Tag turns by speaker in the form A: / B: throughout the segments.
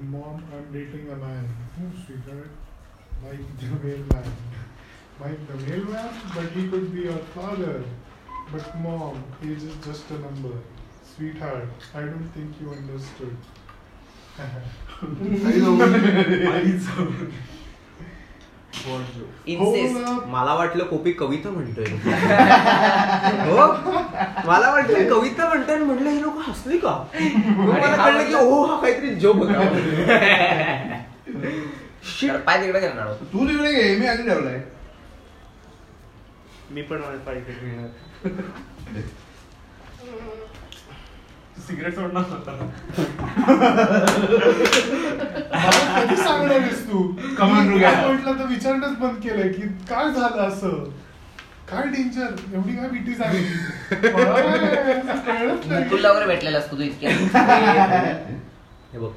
A: Mom, I'm dating a lion. Oh, sweetheart, like the male lion. Like the male lion, but he could be your father. But mom, he is just a number. Sweetheart, I don't think you understood.
B: आई जाऊन- आई जाऊन. What joke.
C: हो इन्सेस्ट
A: Hold up.
D: मला वाटलं copy कविता म्हणतोय हो मला वाटलं कविता म्हणतोय आणि म्हणलं हे लोक हसले का मग
C: आणि
D: मला
C: हा
D: कळलं की
C: म्हणला-
D: ओ हा काहीतरी जोक होता Shit.
C: तर पाय तिकडे करणार आहोत.
B: तू तिकडे घे मी आधी ठेवलाय
E: मी पण माझ्या पाहिजे घेणार सिगरेट सोडणार होता
A: मला कधी सांगणार आहेस तू
B: Come on,
A: मी
B: Ruga.
A: काय म्हटलं तर विचारणंच बंद केलंय की काय झालं असं काय डेंजर एवढी काय भीती झाली मला काय कळलंच नाही.
C: मुकुलला वगैरे भेटलेला असतो तू इतक्या
D: हे बघ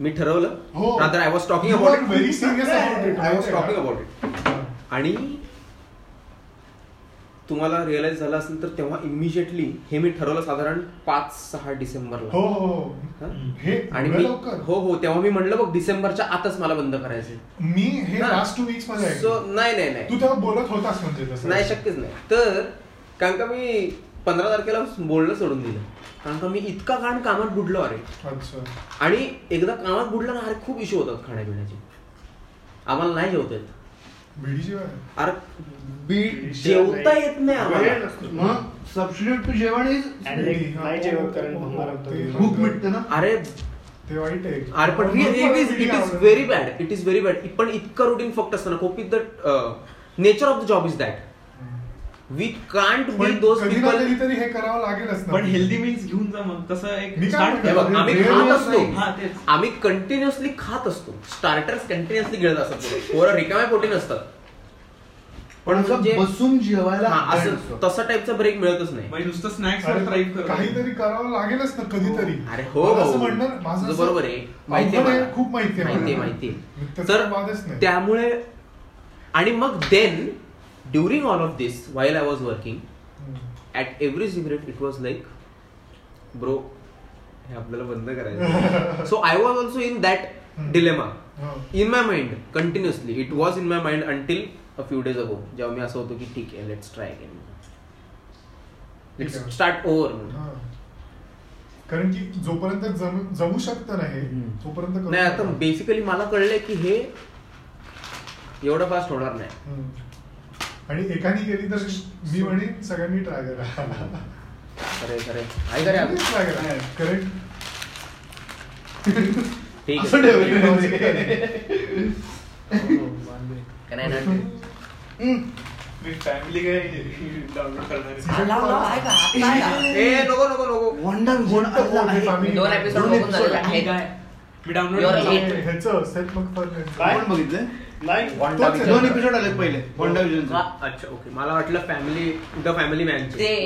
D: मी ठरवलं
A: हो
D: rather I was talking
A: You
D: about
A: are very serious about it.
D: I was talking about it आणि तुम्हाला रिअलाइज झालं असेल तर तेव्हा इमिजिएटली हे मी ठरवलं साधारण पाच सहा डिसेंबरला
A: हो हो हो.
D: हा?
A: हे
D: आणि
A: एवढं
D: मी
A: लवकर हो,
D: हो हो तेव्हा मी म्हणलं बघ डिसेंबरच्या आतच मला बंद करायचे
A: मी हे
D: हा.
A: लास्ट टू वीक्स मध्ये
D: सो
A: ऐकलं.
D: नाही नाही नाही
A: तू तेव्हा बोलत होतास म्हणजे तसं
D: नाही शक्यच नाही तर कारण का मी पंधरा तारखेला बोलणं सोडून दिलं कारण का मी इतका कारण कामात बुडलो अरे
A: अच्छा
D: आणि एकदा कामात बुडलं ना अरे खूप इश्यू होतात खाण्यापिण्याचे आम्हाला नाही जेवता येत
A: बीडी जेव्हा
D: अरे बीट जेवता येत नाही आम्हाला
B: मग सबस्टिट्यूट टू जेवण इज
E: And like, नाही जेवण कारण भंगार होतं.
B: भूक मिटते ना
D: अरे
A: ते वाईट आहे
D: अरे पण
A: मला
D: इट
A: बीडी
D: इज
A: आवडत
D: व्हेरी
A: नाही.
D: Bad it is very bad पण इतकं रुटीन फक्त असतं ना खूप is the nature of the job is that we can't be
A: पण
D: दोज
A: कधी ना
D: पीपल
A: कधी तरी हे करावं लागेलच ना
E: पण हेल्दी मील्स घेऊन जा मग तसं एक
A: मी काय
E: छान
A: म्हणतो,
D: हे बघ, आम्ही
A: वेळ
D: खात
A: येत
D: असतो
A: नाही.
E: हा, तेच.
D: आम्ही कंटिन्युअसली खात असतो स्टार्टर्स कंटिन्युअसली गिळत असतात पुढे. पोरं रिकाम्या पोटी नसतात
B: पण असं
D: म्हणजे-
B: बसून जेवायला
D: हा,
B: वेळ
D: असं
B: नसतो.
D: तसा टाईपचा ब्रेक मिळतच नाही
E: म्हणजे नुसतं स्नॅक्स वर
A: अरे,
E: ड्राईव्ह कर
A: काहीतरी करावं लागेलच ना कधीतरी
D: अरे हो
A: मला असं
D: भाऊ.
A: म्हणणार माझं
D: तुझं
A: असं-
D: बरोबर आहे माहिती
A: अवघड
D: आहे
A: आहे,
D: मला.
A: खूप माहिती आहे
D: माहिती आहे,
A: मला.
D: माहिती आहे.
A: मी त्याचा
D: तर
A: वादच नाही.
D: त्यामुळे आणि मग then during all of this while I was working
A: hmm.
D: At every cigarette it was like bro हे आपल्याला बंद करायचं so I was also in that
A: hmm.
D: Dilemma
A: हो.
D: In my mind continuously it was in my mind until a few days ago जेव्हा मी असं होतो की ठीक आहे लेट्स ट्राय अगेन
A: ठीक आहे.
D: लेट्स स्टार्ट ओव्हर
A: हा. कारण की जोपर्यंत जम- जमू शकतं ना हे
D: हम्म.
A: तोपर्यंत करू
D: नाही आता
A: नका.
D: बेसिकली मला कळलंय की हे एवढं फास्ट होणार नाही
A: हम्म. आणि एकाने केली तर मी म्हणेन सगळ्यांनी ट्राय करा
D: खरे खरे आहे का रे आपण?
A: ट्राय करा कारण
D: ठीक
B: असं
D: आहे
B: ठेवलं
E: हो,
C: का नाही ना?
E: मी फॅमिली काय डाउनलोड करणार आहे.
C: हा, लाव, लाव, आहे का? आता आहे का?
D: ए नको नको नको
B: वंडर वन आला आहे.
A: आम्ही-
C: दोन एपिसोड
B: दोन
C: बघून
B: episode
C: झालेले
E: मी
C: आहेत
E: काय? मी डाउनलोड
C: Your
E: करणार
C: eight.
E: आहे.
A: ह्याचं सेट मग फरक
E: काय?
B: कोण बघितलंय?
E: नाही
A: Wonder Vision.
B: दोन एपिसोड आले पहिले वंडर
D: हा, अच्छा ओके मला वाटलं फॅमिली द फॅमिली मॅन
C: ते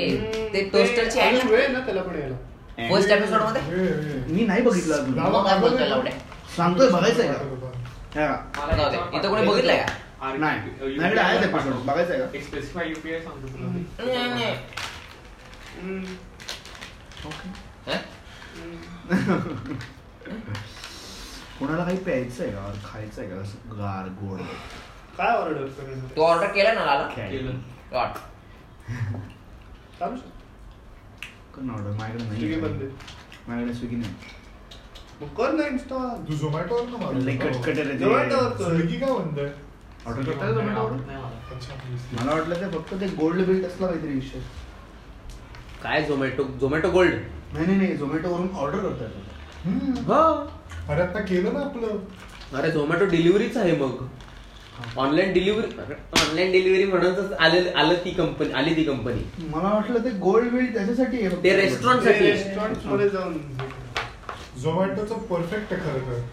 C: ते टोस्टरची आहे ना फर्स्ट एपिसोड मध्ये
B: मी नाही बघितलं अजून.
A: लावा.
C: मग काय बोलतोय लावड्या
B: सांगतोय बघायचंय का हा.
C: मला जाऊ दे. इथं कोणी बघितलंय का
E: आर-
B: नाही
E: UPI
B: माझ्याकडे आहेत episode. बघायचंय का
E: एक specify UPI सांगतो तुला मी.
C: नाही, नाही.
E: हम्म.
C: हं?
B: कोणाला काही प्यायचंय का खायचंय का असं गार गोड
E: काय ऑर्डर करणार
C: तू ऑर्डर केला ना लाला
B: केलं.
C: God.
E: चालू शकतो.
B: कोण order? माझ्याकडे
E: Swiggy
B: नाही
E: बंद आहे.
B: माझ्याकडे स्विगी नाही
E: मग कर ना install.
A: तू झोमॅटोवर ना
B: लई
A: मारतो?
B: कटकट आहे रे ते.
E: Zomato.
A: स्विगी काय म्हणतोय
B: Order करता का Zomato वर?
E: नाही मला.
A: अच्छा, please.
B: मला वाटलं ते फक्त ते गोल्ड बिल्ड असला काहीतरी विषय
D: काय झोमॅटो झोमॅटो गोल्ड
B: नाही नाही नाही झोमॅटो वरून ऑर्डर करतात
A: हम्म.
D: हा
A: अरे आता केलं ना आपलं
D: अरे झोमॅटो डिलिव्हरीच आहे मग ऑनलाईन डिलिव्हरी ऑनलाईन डिलिव्हरी म्हणूनच आले आलं ती कंपनी आली ती कंपनी
B: मला वाटलं ते गोल्ड बिल्ड त्याच्यासाठी आहे फक्त.
D: ते restaurant
E: ते
D: साठी.
E: restaurants मध्ये जाऊन
A: झोमॅटोचं परफेक्ट आहे खरं तर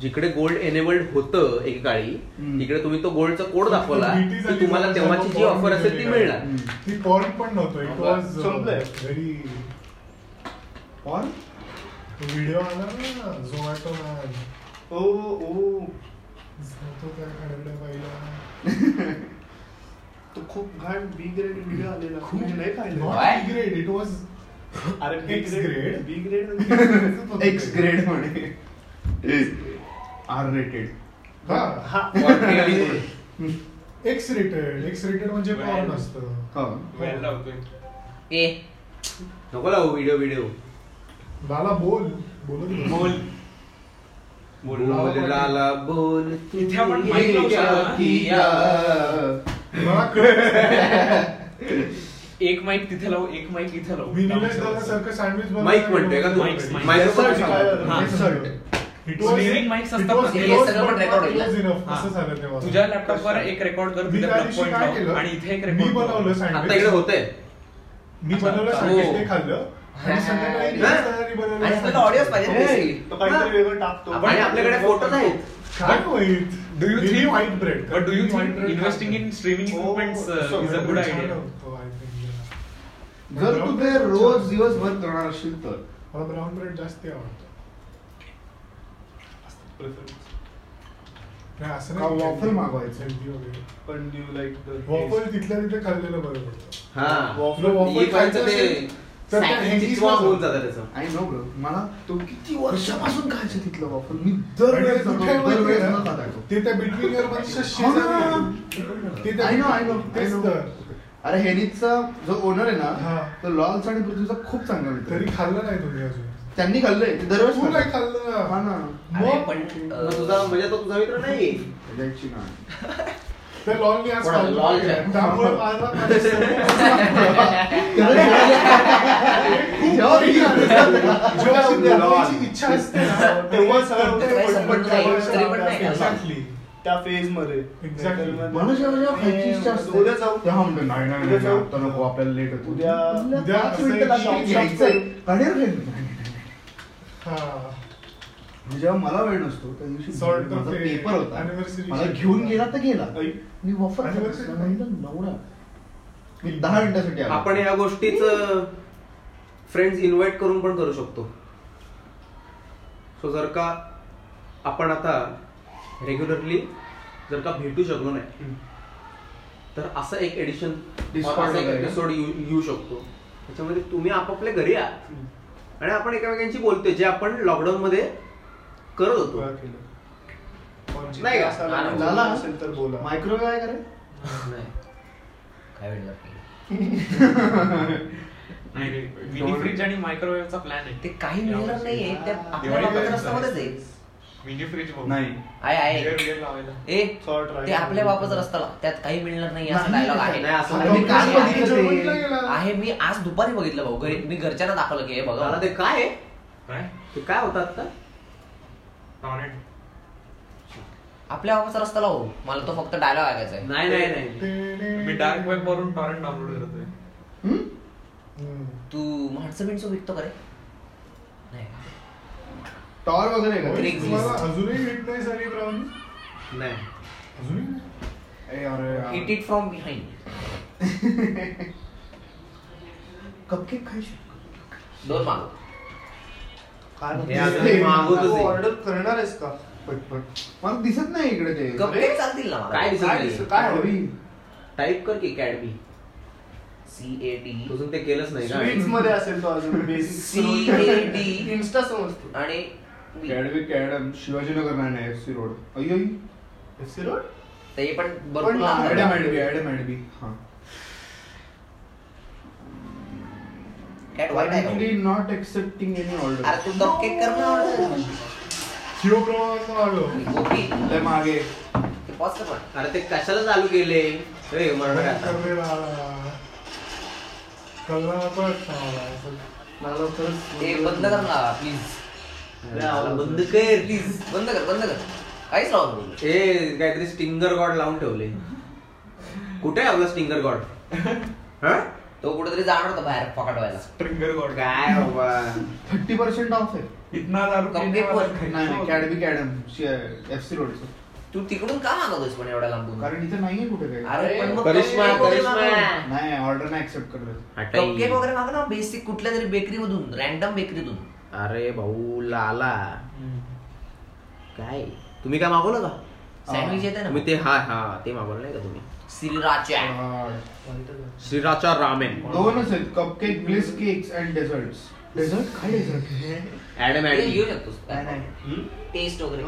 D: जिकडे गोल्ड एनेबल्ड होतं एक काळी
B: हम्म.
D: तिकडे तुम्ही तो गोल्डचा कोड दाखवला
A: भीती
D: की
A: झाली
D: तुम्हाला
A: लोकांना,
D: तेव्हाची जी
A: कोण
D: ऑफर असेल ती
A: दिलेली
D: मिळणार
B: हम्म.
A: ती पॉर्न पण नव्हतं uh, इट
E: बाबा,
A: वॉज
E: संपलंय.
A: व्हेरी
B: Or
A: व्हिडिओ आला ना झोमॅटो मॅन
E: ओ ओ
A: तो त्या खरड्या बाईला
E: तो खूप घाण बी ग्रेड व्हिडिओ आलेला
A: खूप-
E: म्हणजे नाही खायला
C: Why?
A: इट वॉज
E: अरे बी
A: X
E: ग्रेड
A: grade. म्हणजे?
E: बी ग्रेड
B: एक्स ग्रेड म्हणे आर रेटेड
A: हा एक्स रेटेड एक्स रेटेड म्हणजे
E: Well.
A: पॉर्न असतं
B: हा
E: वेल लावतोय
C: ए
D: नको लावू व्हिडिओ व्हिडिओ
A: बाला बोल बोलत बस.
E: बोल बोल
D: बोलाला बोल तू
E: इथे आपण
D: ये
E: mic लावू
D: क्या
E: शकतो ना?
D: किया?
A: मला कळलं
E: एक माईक तिथे लावू एक माईक इथे लावू
A: मी निलेश दादासारखं सँडविच
D: Mic म्हणतोय का तू?
E: Mics, mics.
D: Microphone
E: हा. Sneering mics असतात ना.
C: हे सगळं पण record होईल.
E: हा.
A: असं झालं तेव्हा
E: तुझ्या लॅपटॉप वर एक रेकॉर्ड कर
A: मी
E: तिथे
A: त्या
E: plug
A: दिवशी
E: point
A: काय
E: लाव.
A: केलं
E: आणि इथे एक
A: मी
E: रेकॉर्ड
A: बनवलं
D: आता इकडे
A: सँडविच
D: होतंय
A: मी बनवलं
E: हो.
A: सँडविच ते खाल्लं आणि संध्याकाळी
D: हा.
A: निलेश दादानी बनवलं
C: आणि आपल्याला ऑडिओच पाहिजे basically.
D: काहीतरी
E: वेगळं टाकतो
D: आणि आपल्याकडे फोटोज आहेत
A: काय होईल
E: Do you think-
A: white bread
E: but do you think investing in streaming
A: Oh,
E: equipment is a good idea
B: जर तू ते रोज दिवसभर करणार असशील तर
A: मला ब्राऊन ब्रेड जास्त आवडतो नाही असं
B: का waffle मागवायचं?
E: पण यू लाईक
A: वॉफल तिथल्या तिथे खाल्लेलं बरं पडतं
D: हा
A: तुला waffle
D: एक
A: खायचं
D: व्हायचं ते
A: असेल तर त्या
D: sack
A: Hankey's
D: चिचवा
A: मध्ये-
D: होऊन जातं त्याचं
B: आय नो ब्रो मला तो किती वर्षापासून खायचं तिथलं वापर मी दरवेळेस
A: आणि
B: जातो,
A: कुठे माहितीये
B: दरवेळेस
A: ना?
B: न खाता येतो.
A: ते त्या बिटवीन युअर बॉक्सच्या
B: हो ना.
A: शेजारी ते त्या
B: I know, I know, I
A: तेच
B: know.
A: तर.
B: अरे हेरिसचा जो ओनर आहे ना
A: हा.
B: तो लॉल्स आणि पृथ्वीचा खूप चांगला मित्र
A: तरी
B: आहे.
A: खाल्लं नाही तुम्ही अजून
B: त्यांनी खाल्लंय ते दरवेळेस
A: तू नाही
B: खातात. हा
A: खाल्लं
B: ना
C: अरे
A: मग
C: पण अ,
D: मग तुझा म्हणजे तो तुझा मित्र नाही
B: त्याच्याची नाही.
A: ते लॉनली आज
C: कोणाला?
A: खाल्लं.
C: लॉनली.
A: त्यामुळे माझा माझ्या समोर-
B: जेव्हा मी खाल्लं,
A: जेव्हा अशी दाखवायची इच्छा असते ना, तेव्हा सगळं
C: तर काही
A: पडतं.
C: संबंध नाही, तरी पण नाही.
A: Exactly.
E: त्या फेज मध्ये
A: Exactly.
B: माणूस जेव्हा जेव्हा खायची इच्छा असते,
E: उद्या जाऊ.
B: तेव्हा म्हणतो, नाही नाही, नाही,
E: उद्या जाऊ.
B: आता नको आपल्याला लेट होतो
E: उद्या-
A: उद्या
B: पाच
A: असं
B: मिनिटं
A: एक
B: लागतात,
A: shop-
B: घ्यायचंय. गाडीवर घेऊन जा.
A: हा.
B: म्हणजे जेव्हा मला वेळ नसतो त्या दिवशी
A: Sort of
B: माझा
A: a
B: पेपर होता
A: anniversary
B: मला
A: ची-
B: घेऊन गेला तर गेला
E: ऐ.
B: मी वॉफर
A: Anniversary
B: खाल्लं. म्हणलं, नवरा मी दहा मिनिटासाठी आलो.
D: आपण या गोष्टीच फ्रेंड्स इन्व्हाइट करून पण करू शकतो सो जर का आपण आता रेग्युलरली जर का भेटू शकलो नाही तर असं एक एडिशन
B: Discord
D: असं एक
B: वगैरे.
D: एपिसोड येऊ शकतो त्याच्यामध्ये तुम्ही आपापल्या घरी या आणि आपण एकमेकांशी बोलतोय जे आपण लॉकडाऊन मध्ये करत होतो नाही का?
B: झाला मायक्रोवेव्ह आहे का रे?
C: नाही. काय वेळ लागते
E: मिनी फ्रीज आणि मायक्रोवेव्हचा प्लॅन आहे
C: ते काही मिळणार नाहीये ते आपल्या
E: दिवाळी
C: बापाच्या
E: पर्यंत
C: रस्त्यामध्येच आहे
E: मिनी फ्रीज
B: नाही
C: आहे आहे
E: लावायला
C: ए
E: Salt right.
C: ते आपल्या बापाचा रस्ता लाव. त्यात काही मिळणार नाही असा
B: नाही,
C: डायलॉग आहे
D: नाही, असं
C: अरे
D: नाही.
C: मी काल
B: नाही,
C: बघितलं.
B: नाही.
A: जेवणला गेला.
C: आहे मी आज दुपारी बघितलं भाऊ घरी मी घरच्यांना दाखवलं की हे बघा
D: मला ते काय आहे?
E: काय
D: ते काय होतं आता
E: Torrent.
C: आपल्या बापाचा रस्ता लावू मला तो फक्त डायलॉग ऐकायचा आहे
D: नाही नाही नाही
E: मी डार्क वेब वरून टॉरेंट डाउनलोड करतोय
B: हम्म?
A: हम्म.
C: तू माणसं बिणसं विकतो का रे नाही का?
B: टॉर वगैरे आहे का रे?
C: Craigslist.
A: तुम्हाला अजूनही भेट नाही सारी ब्राऊन
D: नाही
A: अजूनही नाही?
B: ए, अरे,
C: इट
B: अरे.
C: इट फ्रॉम बिहाइंड
B: Cupcake खायची?
C: दोन मागव
D: हे आता मी मागवतच आहे.
F: ऑर्डर करणार आहेस का
B: पटपट मला दिसत नाही इकडे ते
C: कप
F: अरे?
C: चालतील ना
D: काय
C: मला
D: दिसत
F: काय दिसत-
D: नाही
F: काय हवी?
B: अरे,
D: टाईप कर की कॅडमी
C: सी ए डी
D: अजून ते केलंच नाही का
F: स्वीट्स मध्ये असेल तो अजून
C: सी ए डी
F: इन्स्टा समजतो
C: आणि B.
B: कॅडबी कॅडम शिवाजीनगर नाही नाही एफ सी रोड अय्यो
F: FC रोड
C: ते पण भरपूर
F: पण
C: लांब आहे.
B: ऍडम ऍडबी ऍडम ऍडबी हा
C: Cat white आहे का?
B: नॉट एक्सेप्टिंग एनी ऑर्डर
C: अरे तू कपकेक कर ना order.
A: शिव प्रमाणात वाढव
C: गोपी
B: लय मागे
C: ते pause कर ना.
D: अरे ते कशाला चालू केले रे मरणार आता.
A: कल्ला कल्ला पण चांगला असं.
B: मला खरंच
C: ते बंद कर ना प्लीज
D: अरे आवाज बंद कर
C: प्लीज बंद कर बंद कर काहीच लावू नको.
D: ए काहीतरी स्टिंगर गॉड लावून ठेवले कुठे आहे आपला स्टिंगर गॉड हा?
C: तो कुठेतरी जाणार होता बाहेर पकडवायला
E: ट्रिंगर गॉड
D: काय बाबा
B: थर्टी पर्सेंट ऑफ आहे
E: इतना दारू
C: Cupcake
E: पीने वाला
C: वर-
E: खायचा
B: नाही नाही
E: होता.
B: कॅडबी कॅडम एफ सी रोड
C: तू तिकडून का मागवतोस पण एवढ्या लांबून
B: कारण इथे नाहीये कुठे काय
C: अरे पण मग
D: करिश्मा,
C: cupcake वगैरे
D: करिश्मा.
C: मागव.
B: नाही ऑर्डर नाही एक्सेप्ट करत
D: हटाई.
C: कपकेक वगैरे माग ना बेसिक कुठल्या तरी बेकरी मधून रॅन्डम बेकरीतून
D: अरे भाऊ लाला
E: हम्म.
D: काय तुम्ही काय मागवलं का
C: सँडविच येते ना
D: तुम्ही ते हा हा ते मागवलं नाही का तुम्ही
C: श्रीराच्या
D: श्रीराचा रामेन
B: दोनच आहेत cup cake bliss cakes and desserts
G: dessert काय डेझर्ट
D: ऍडम
C: ते
D: ऍडम
C: घेऊ शकतोस
G: नाही नाही
E: हम्म?
C: टेस्ट वगैरे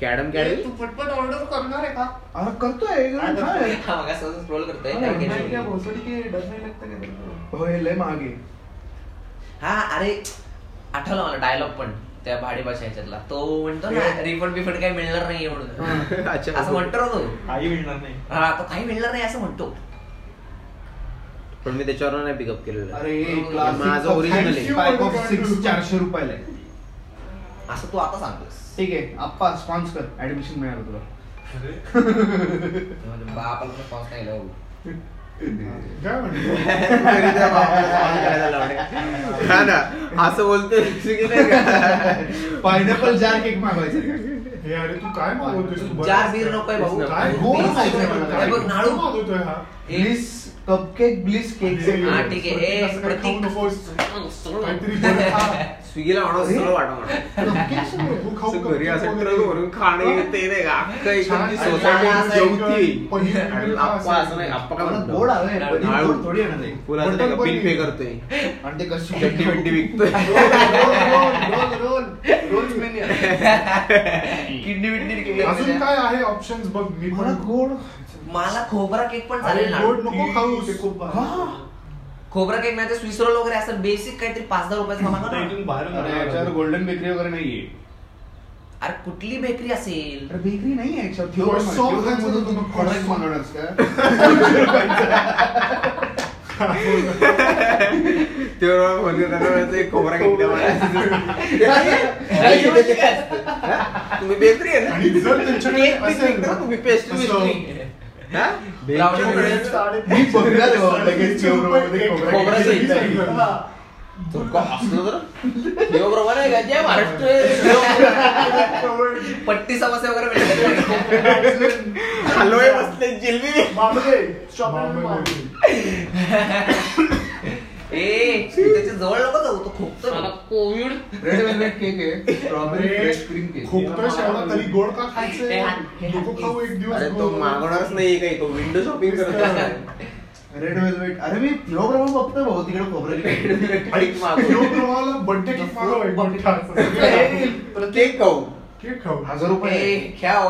D: कॅडम
E: ए,
D: कॅडम
E: तू पटपट ऑर्डर करणार आहे का
G: अरे करतोय एकदम छान आहे.
C: हा मग असं स्क्रोल करतोय
G: हा,
C: काय
G: नाही,
C: काय नाही.
E: भोसडी के डर नाही लगता का तेरे को?
G: हो हे लय मागे
C: हा अरे आठवलं मला डायलॉग पण त्या भाडे भाषा ह्याच्यातला तो म्हणतो ना रिफंड बिफंड काही मिळणार नाही म्हणून
D: अच्छा
C: असं म्हणतो ना तो
E: काही मिळणार नाही
C: हा तो काही मिळणार नाही असं म्हणतो
D: पण मी त्याच्यावर नाही पिकअप केलेलं
B: अरे
C: classic
B: माझं
D: cup
B: original
D: thank
A: you.
B: Of six चारशे रुपयाला आहे
C: असं तू आता सांगतोस
B: ठीक आहे आप्पा स्पॉन्स कर ऍडमिशन मिळालं तुला
E: अरे
C: बापाला पण पाऊस नाही लावू
A: काय म्हणतो
D: हा ना असं बोलतोय की नाही का?
B: पायनॅपल जार केक मागवायचा
A: हे अरे तू काय मागवतोय तू
C: चार बीर नकोय भाऊ
A: काय
C: तीन
A: गोड मागवतोय
C: बीर नकोय.
A: मला.
C: अरे बघ नाळू
A: गोड मागवतोय हा
C: एक-
B: ब्लिस कपकेक ब्लिस केक
C: हा ठीक आहे ए,
A: असं काही खाऊ
C: प्रतीक
A: नकोस.
C: सोड.
A: काहीतरी बरं खा.
D: स्विगीला म्हणा
B: अरे?
D: सरळ वाटा म्हणा
A: Cupcakes आहे. तू खाऊ
D: असं घरी
A: cupcake
D: असं
A: वगैरे.
D: ट्रक भरून खाणं ते नाही का अख्खं एकदम
A: छान
D: ती
A: आणि
D: सोसायटी
A: असं एक
D: जेवती
A: पनीर
D: आणि
A: बिनीर खा
D: आप्पा असं नाही आप्पा का
B: मला
D: म्हणतो?
B: गोड हवे
D: नाळू.
B: थोडी येणार आहे
D: फुलाचं नाही का
A: मटण
D: बिल पे
A: पनीर.
D: करतोय
B: आणि ते कशी
D: चट्टी बिट्टी विकतोय
E: रोल रोल रोल
C: किडनी बिडनी निघली
A: अजून
C: आपल्याला.
A: काय आहे ऑप्शन्स बघ मी
B: मला
A: पण
B: गोड
C: मला खोबरा केक पण
A: अरे
C: चालेल ना
A: गोड नको खाऊ ते खूप
B: हा.
C: खोबरा केक नाही तर स्विस रोल वगैरे असं बेसिक काहीतरी पाच दहा रुपयाचं मागा ना
E: इथून बाहेर
B: अरे याच्यावर गोल्डन बेकरी वगैरे नाहीये
C: अरे कुठली बेकरी असेल
B: अरे बेकरी नाही आहे याच्यावर
A: Croissant खायचं
B: मधून
A: होतं
B: तुम्ही
A: तुम्हाला.
B: खोडायच मागवणारच का
D: तेव्हा म्हणजे त्याला एक खोबरा घेतला तुम्ही बेकरी आहे ना
A: आणि जर त्यांच्याकडे
D: Cake बिक
A: असेल
D: विकता
A: ना,
D: तुम्ही पेस्ट्री
A: असं
D: बिस्ट्री हा?
C: Brown
D: bakery.
C: ब्रेड.
B: मी बघणार आहे बाबा लगेच
A: साडेतीनशे रुपये
B: जेवणामध्ये
A: एक
B: खोबरा.
D: खोबरा
A: खोबऱ्याचं
D: सहित आहे.
A: इथं आहे.
D: तुमका हसलं तर? देव बरोबर आहे का जय महाराष्ट्र
C: पट्टी समस्या वगैरे मिळते
D: हलवाई बसले जिलबी बी.
A: मामाने.
C: ए त्याच्या जवळ नको जाऊ तो खोकतो ना.
B: रेड वेलवेट केक आहे स्ट्रॉबेरी
A: अरे,
B: फ्रेश क्रीम केक
A: खूप तर शेवला तरी गोड का खायचे
C: हे हात- हे
A: नको
C: हात-
A: खाऊ एक दिवस
D: अरे तो
A: गोड.
D: मागवणारच नाही काही तो विंडो शॉपिंग करत आहे.
B: रेड वेलवेट अरे मी नवप्रभू बघतोय भाऊ तिकडे खोबरं
A: आणि शिवप्रभाला बर्थडे केक मागव एक मोठा
D: हे, प्रत्येक खाऊ
A: केक खाऊ
B: हजार रुपये
C: ए, ख्याव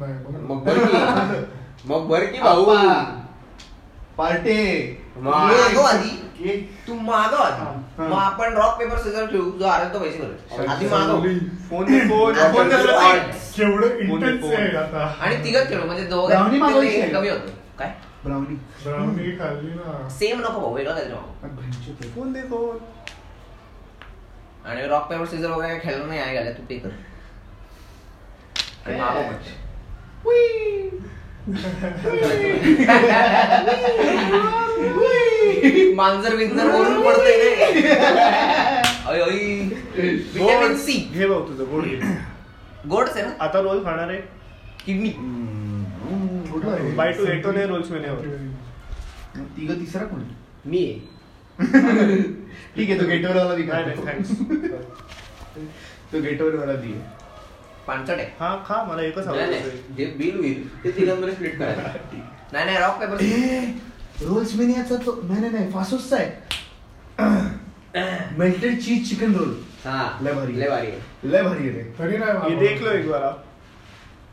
A: नाही,
D: मग
A: मग-
D: बर की मग बर की भाऊ
B: पार्टे
C: मागव आधी
A: केक
C: तू मागव आधी
B: हा.
C: मग आपण रॉक पेपर सिजर ठेवू जो आरेल तो पैसे भरेल आधी मागव
A: चांगली.
E: फोन फोन
C: Apple
E: फोन
C: कसं आहे?
A: केवढं इंटेन्स
E: कोणी-
A: आहे आता
C: आणि तिघच खेळू म्हणजे
B: Brownie मागवायची
C: दोघं
B: आहे.
C: कमी होतो काय
B: ब्राउनी
A: ब्राउनी खाल्ली ना
C: सेम नको भाऊ वेगळं काहीतरी मागव
E: फोन दे फोन
C: आणि रॉक पेपर सिजर वगैरे खेळलं नाही आहे गाड्या तू ते कर आणि मागव पण. मांजर विंजर ओरून पडतंय नाही अय अय विटॅमिन सी
E: घे भाऊ तुझं गोड घे
C: गोडच आहे ना
E: आता रोल खाणार आहे
C: किडनी
E: बाय टू एट ने रोल्स मेन्यूवर
B: तिघ तिसरा कोण
D: मी
B: ठीक आहे तो गेटवर वाला
E: नाही नाही
B: दिखा
E: थँक्स
B: तो गेटवर वाला दिये
C: पाणचट आहे
E: हा खा मला एकच
D: नाही,
E: आवडत
D: नाही. जे बिल होईल ते तिघांमध्ये स्प्लिट करायचं
C: नाही नाही रॉक पेपर
B: रोल्स मेनियाचा तो नाही नाही नाही फासोसचा आहे मेल्टेड चीज चिकन रोल
D: हा
B: लय भारी.
D: लय भारी आहे.
B: लय भारी आहे रे
A: तरी नाही
E: ये
A: मागवलं.
E: देख लो एक बार आप.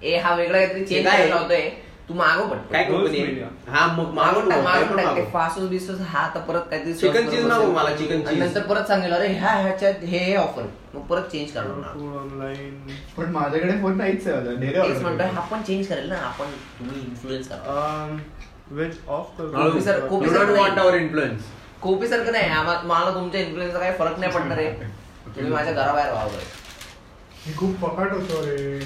C: ए हा वेगळा काहीतरी चेंज
D: काय?
C: करायला होतोय तू मागव पण
D: काय करू
E: रोज
D: कोणी?
E: मिळेल.
D: हा मग
C: मागून
D: मागून
C: टाक मागून टाक ते
D: मागून
C: फासूस बिसूस हा आता परत काहीतरी
D: Chicken
C: sauce
D: cheese
C: बरोबर
D: मागव
C: असेल.
D: मला, chicken
C: आणि
D: cheese.
C: नंतर परत सांगेल अरे ह्या ह्याच्यात हे हे ऑफर मग परत चेंज करणार ना.
E: फूड ऑनलाईन
B: पण माझ्याकडे फोन नाहीच आहे माझा ढेरे
C: तेच म्हणतोय
B: order
C: आपण चेंज करेल ना आपण तुम्ही इन्फ्लुएन्स करा
E: um, ways of
C: copy sir, copy sir.
D: Want our influence
C: copy सारखं नाही आम्हा- मला तुमच्या इन्फ्लुएन्सचा काही फरक नाही पडणार आहे तुम्ही माझ्या घराबाहेर व्हा बरं.
A: मी खूप पकाट होतो रे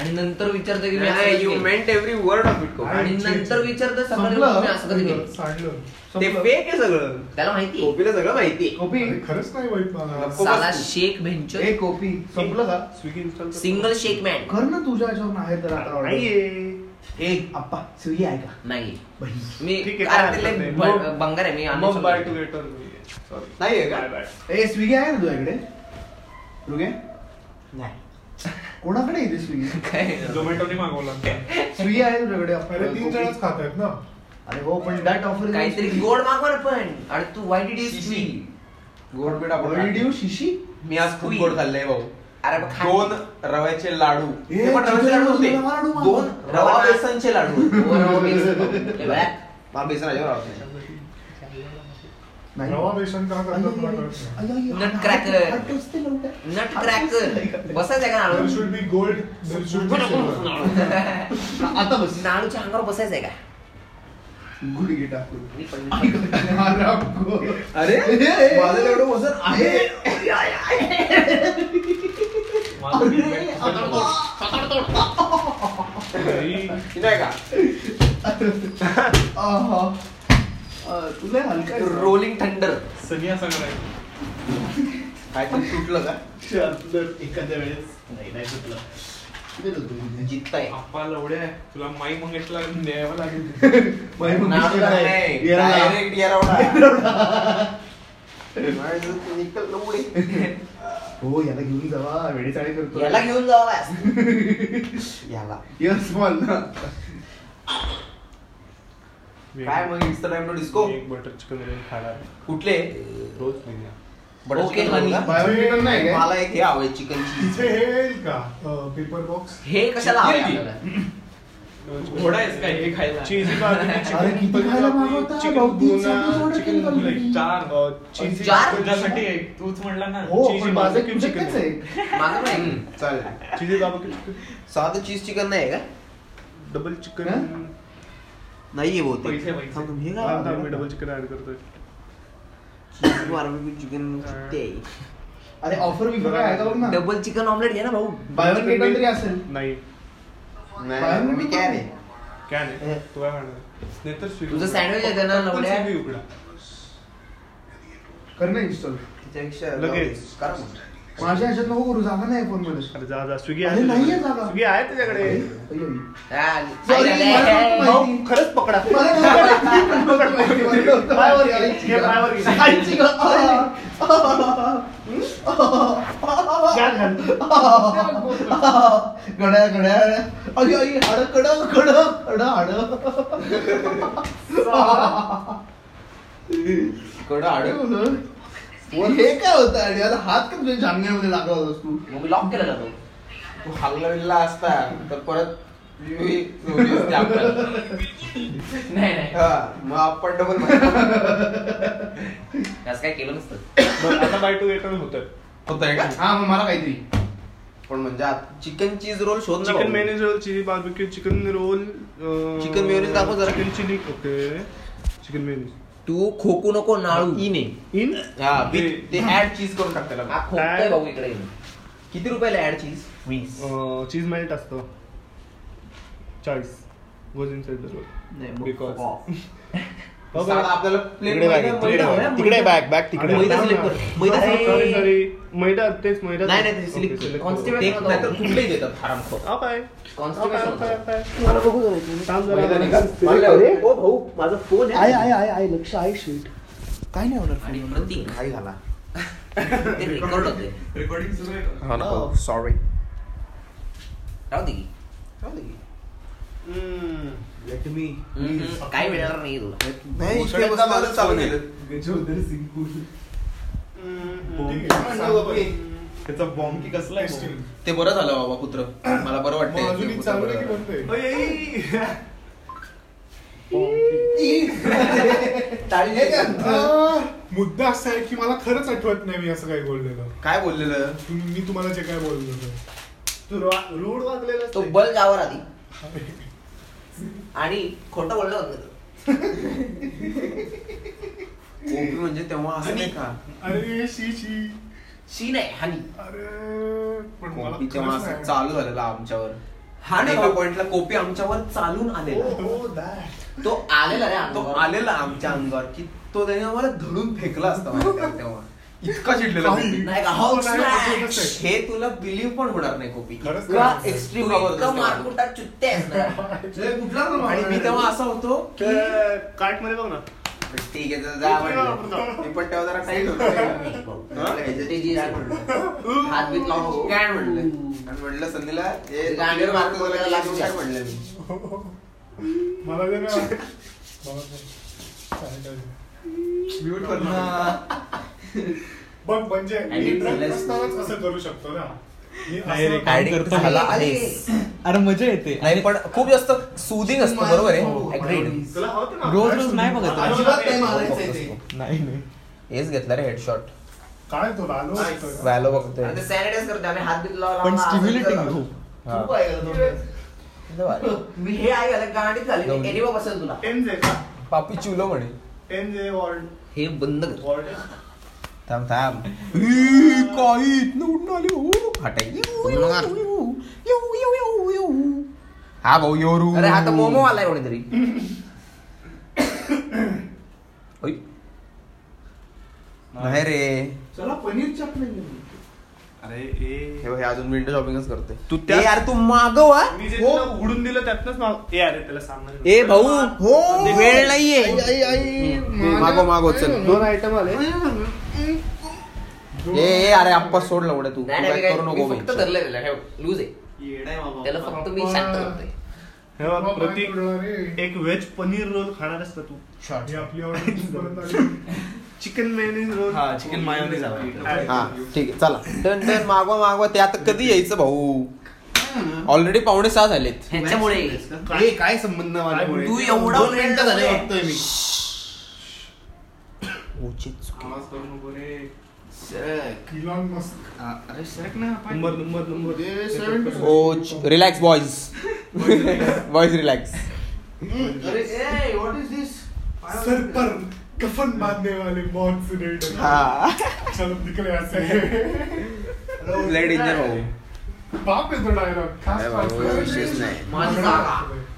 C: आणि नंतर विचारतो की मी असं
D: यू
C: केलं.
D: Meant every word of it
A: I-
C: आणि नंतर विचारतो सकाळी
B: संपलं.
C: मी असं कधी केलं
A: सांडलं
D: ते
B: संपलं.
D: फेक आहे सगळं
C: त्याला माहिती आहे.
D: कोपीला सगळं माहिती आहे.
B: कॉपी
A: अरे खरंच नाही माहित मला
D: नको.
C: साला शेख भेंचो
B: ए कॉपी संपलं का
E: Swiggy install
C: single shake man
B: कर ना तुझ्या याच्यावर आहे तर आता order. ए अप्पा स्विगी आहे का
C: नाही
B: बाई
C: मी
E: ठीक आहे, काय
C: अरे ते लय
E: हरकत
C: ब-
E: नाही.
C: ब- बंगार आहे मी आणू
E: मग
C: शकतो.
E: बाय टू गेट सॉरी
D: नाहीये का
E: बाय बाय
B: ए स्विगी आहे ना तुझ्याकडे रुगे
D: नाही
B: कोणाकडे येते स्विगी
C: काय
E: झोमॅटोने मागवला
B: स्विगी आहे तुझ्याकडे आपण-
A: अरे तीन जणच खातात ना
B: अरे हो पण दॅट ऑफर
C: काहीतरी गोड मागवा ना पण अरे तू वाय डिड यू
D: शिशी.
C: स्वीट
D: गोडबेट आपण
B: शिशी
C: मी आज
D: खूप
C: खूप
D: गोड खाल्लंय भाऊ
C: अरे मग खा.
D: दोन रव्याचे लाडू
B: ए,
D: ते पण रव्याचे लाडू होते
B: चिकन रवा लाडू मागव.
D: दोन रवा
C: रवा-
D: बेसनचे लाडू
C: हो, रवा बेसन. ए, बॅक.
D: हा बेसन आहे रवा बेसन.
B: नाही.
A: रवा बेसन का करतात मला कळत नाही.
B: अय, अय, अय,
C: Nut
B: हात-
C: cracker.
B: हात टोचते नव्हते.
C: नट
B: हात टोचते
C: क्रॅकर
B: नाही.
C: बसायचं का
A: There
C: नाळू
A: should be gold, there should be silver.
B: आता बस
C: नाळूच्या अंगावर बसायचंय का
B: गुडघे टाकून
C: मी पण-
B: आराम कर.
D: अरे
B: ए,
D: माझं एवढं वजन आहे
E: माझं
B: अरे,
E: feedback खूपच
B: अरे,
E: झाला. घरी
D: की नाही का
B: आहा. अ, तुला हलका आहे.
C: रोलिंग थंडर
E: सनी असा करायचा
D: काय तरी तुटलं का
B: शार्पनर एखाद्या वेळेस नाही नाही सुटलं. किती होतं तुझं?
C: जितताय
E: आप्पा लवड्या आहे. तुला माई मंगेशला न्यावं लागेल
B: माई मम्मी
C: नाडू
B: शिकत आहे.
C: नाही.
B: येरा.
D: डायरेक्ट येरवडा माझं निकल लवडे
B: हो याला घेऊन जावा वेळेचाळी करतो
C: याला घेऊन जावा
D: याला
B: यस मॉल ना
D: काय मग it's the time to disco
E: एक बटर चिकन रोल खाणार
D: कुठले
E: रोज नाही
D: बटर
C: Okay,
D: चिकन रोल का?
A: honey.
B: बायोमेट्रिक नाही काय
D: मला एक हे आवडे चिकन चीज
A: तिथे हे येईल का पेपर बॉक्स
C: हे कशाला हवंय
E: किती?
C: आपल्याला?
E: घोडा आहेस काय हे खायला
A: चीजी बाजरी
B: अरे
A: चिकन
B: किती खायला मागवता? भाऊ, तीन सॅम्पल्स order
A: चिकन
B: केले
A: बुले
B: already.
A: चार अं, चीजी
C: चार?
E: तुझ्यासाठी एक तूच म्हणला ना
B: हो
E: cheesy
B: पण माझं
E: barbecue chicken.
B: तुझ्याकडेच आहे
C: मागं नाही.
D: चालेल
E: चीजी barbecue chicken.
D: साधं चीज चिकन नाही का
E: डबल
B: हा?
E: चिकन
D: नाहीये बहुतेक.
E: पैसे, पैसे.
D: थांब, थांब, हे काय
E: हा, थांब, मी डबल चिकन ऍड करतोय
D: Cheese barbecue chicken किती आहे?
B: अरे ऑफर बिफर काय आहे का बघ ना
C: डबल चिकन ऑमलेट घे ना भाऊ
B: बाय वन गेट वन तरी असेल
E: नाही
D: नाही मी काय रे
E: काय नाही तू काय म्हणणार नाही तर स्वीट
C: तुझं
E: उघडा.
C: sandwich येतं ना,
E: पटकन
C: लवड्या.
E: स्वीट उघडा.
B: कर ना इन्स्टॉल
D: त्याच्यापेक्षा
E: लगेच.
D: करा मग.
B: माझ्या ह्याच्यात नको करू जागा नाही फोन मध्ये
E: अरे जा जा स्विगी
B: अरे,
E: आहे
B: नाहीये
E: तुझ्याकडे.
B: जागा.
E: स्विगी आहे तुझ्याकडे
C: हा,
B: Sorry,
C: आलेलं
B: मला
C: आहे.
B: माहिती.
E: भाऊ, खरंच पकडा
B: पायावर गेली.
E: हे पायावर गेली.
B: आईची ग-
E: जाग घाल.
B: गड्या गड्या अरे आई हाड कड कड कड हाड
D: कडं आडं.
B: वर हे काय होतं आणि याला हात का तुझ्या जांगण्यामध्ये लागला होतास तू
C: मग मी लॉक केलेला भाऊ
D: तू हल्ला बिल्ला असता तर परत you ही चोरी असते आपल्याला.
C: नाही नाही
D: हा, मग आपण डबल होत
C: असं काय केलं नसतं
E: बरं, आता बाय टू एट होतं
D: आहे का
B: हा मग मला काहीतरी
D: पण म्हणजे चिकन चीज रोल शोध
E: chicken mayonnaise roll chilli barbecue chicken roll अं,
D: चिकन मेयोनीज दाखव जरा.
E: Chicken chilli okay chicken mayonnaise
C: तू खोकू नको नाळू इने
E: इन
D: हा with- ते ऍड चीज करून टाक त्याला
C: हा खोकतोय भाऊ इकडे येऊन. किती रुपयाला ऍड चीज वीस
E: चीज मेल्ट
H: हो.
E: असतं चाळीस goes inside the roll Because-
D: साला आपल्याला plate मध्ये
E: तिकडे बॅग
D: मैदा होय,
E: तिकडे
D: मैदा.
E: बॅग बॅग तिकडे
D: मैदा
E: सॉरी
D: select कर. मैदा select कर.
E: सॉरी सॉरी मैदा तेच मैदा
D: नाही नाही सिलेक्ट
E: Okay, select
C: Constable-
E: करू.
C: Take-
D: नाहीतर कुठलेही देतात हरामखोर
E: आप आहे. आप आहे, आप आहे,
C: कॉन्स्टिट्युशन
E: आप आहे. थांब जरा.
D: मैदा नाही का?
E: Select
D: अरे,
E: करू.
D: ओ हो, भाऊ माझा फोन
B: आय आय आय आय लक्ष आय शीट काय नाही होणार
C: आणि प्रतीक
D: काय झाला
C: ते रेकॉर्ड होते
D: हा ना भाऊ सॉरी
C: राहू दे की.
D: लेट मी
C: हम्म, काही मिळणार नाही तुला
D: नाही इकडे बसलं तर चालू केलं
E: त्याचा बॉम्ब की कसला आहे
D: ते बरं झालं बाबा कुत्र मला बरं
A: मग अजून एक चालू आहे की
D: वाटतं
A: बंद आहे?
B: आह,
A: मुद्दा असा आहे की मला खरंच आठवत नाही मी असं काय बोललेलं
D: काय बोललेलं
A: तुम- मी तुम्हाला जे काय बोललेलं
I: तू रूढ वागलेला
C: तो बल गावावर आधी आणि खोटं बोललं होतं तो.
D: ओपी म्हणजे तेव्हा असं नाही का
A: अरे शी शी
C: शी नाही हानी
A: अरे पण मला
D: कोपी तेव्हा
A: खरंच
D: असं
A: नाही.
D: चालू झालेला आमच्यावर
C: हा ना
D: आणि एका
C: भाऊ.
D: पॉइंटला कोपी आमच्यावर चालून आलेला
A: Oh,
C: तो आलेला रे
D: हो, तो
C: अंगावर.
D: आलेला आमच्या अंगावर की तो त्याने आम्हाला धडून फेकला असता माहिती आहे तेव्हा इतका चिडलेला कोपी.
C: नाही का हाऊ
A: नाही, नाही,
C: स्मॅश.
A: नाही.
D: हे तुला बिलीव्ह पण होणार नाही कोपी
A: खरंच
D: इतका
A: नाही.
D: एक्स्ट्रीम
C: तू इतकं मारकुटा चुत्ते आहेस ना.
D: आणि मी तेव्हा असा होतो की
E: कार्ट मध्ये बघ ना
C: ठीक आहे तर जा म्हणलं.
A: वापरतो.
C: मी पण तेव्हा जरा टाईट होतो म्हणलं, ह्याच्यात जी आहे म्हणलं. हात बीत लावून काय म्हणलं आणि म्हणलं संधीला हे गांडीवर मारतो तो त्याला लागून काय म्हणलं मी
A: मला जर मला जर- काय काय.
C: म्यूट करणार
A: बघ म्हणजे मी
C: Edit
A: drug
C: झालंच.
A: नसतानाच असं करू शकतो ना मी असं-
H: नाही रे, काय करतो
D: झाला
H: मी?
D: आहेस.
H: अरे मजा येते
D: नाही पण खूप जास्त सुदिंग असतं बरोबर
B: हो,
D: आहे Agreed.
B: Please.
A: तुला हवं ते मागं.
H: रोज रोज नाही बघत
A: आलो
H: रे.
A: ना ते.
H: नाही नाही
D: हेच घेतला रे हेडशॉट
A: काय तो आलो
B: Nice.
A: असतो का?
D: व्हॅलो बघतोय
C: सॅनिटाईज करतो आम्ही हात बीत लावला
H: पण हो. स्टिम्युलेटिंग
E: हो.
H: खूप
D: हा.
B: खूप आहे का तो?
D: इथं भारी.
C: मी हे ऐकायला गांडीत
D: जाऊन दे.
C: झाली एनिवा बसेल तुला
B: 10 आहे का?
D: पापी चुलो म्हणे
B: 10 आहे world.
D: हे बंद कर
B: World आहे.
D: थांब थांब ई, काही इथनं उडून आली हो हटाई येऊ, येऊ, येऊ, येऊ, येऊ, येऊ, येऊ. हा भाऊ योरू
C: अरे हा तर मोमो आलाय कोणीतरी
D: ओय. नाही रे
B: चला पनीर चाट नाही घेऊन.
E: अरे ए
D: हे बघ, हे अजून विंडो शॉपिंगच करते तू
E: तू त्या-
D: यार तू मागव हा.
E: मी जे
D: हो.
E: तुला उडून दिलं त्यातनंच माग ए अरे त्याला सांगणार
D: ए भाऊ हो वेळ नाहीये
J: नाहीये
D: मागो मागो चल
H: दोन आयटम आले
A: दोन-
D: ए ए, अरे आप्पा सोड लवडे तू तू
C: नाही नाही,
D: काय
C: मी काय-
D: करू नको
C: मी फक्त
D: mention.
C: धरलंय त्याला लूज आहे
B: येडा आहे बाबा.
C: त्याला फक्त मी
A: बाप्पा.
C: शांत करतोय
E: हे बघ,
A: बाबा,
E: प्रतीक
A: तुला रे.
E: एक व्हेज पनीर रोल खाणार असता तू
A: ही आपली order इथपर्यंत आली.
E: चिकन मेयोनीज रोल
B: हा, chicken mayonnaise हवा आहे.
E: Add
D: हा
E: कर.
D: ठीक आहे चला टन टन मागवा मागवा ते आता कधी यायचं भाऊ ऑलरेडी पावणे सहा झालेत
C: ह्याच्यामुळे
B: ए, काय संबंध माझ्यामुळे?
C: तू एवढा
B: दोन
C: उलट
B: मिनिटं झाले
C: झाले.
B: वागतोय मी
D: उचित
B: आवाज करू नको रे सरक
A: Elon Musk.
B: आ, अरे सरक ना पाय.
E: नंबर नंबर नंबर
B: ए, 70.
D: ओ रिलॅक्स बॉयज बॉयज रिलॅक्स
B: हम्म, अरे ए व्हॉट इज दिस
A: सर पर कफन बांधने वाले बहुत से रेडर
D: हा
A: चलो निकले यहाँ से
D: लय डेंजर भाऊ
A: बाप रे तो डायलॉग खास
D: काय बाबा, विशेष नाही.
C: माझी जागा.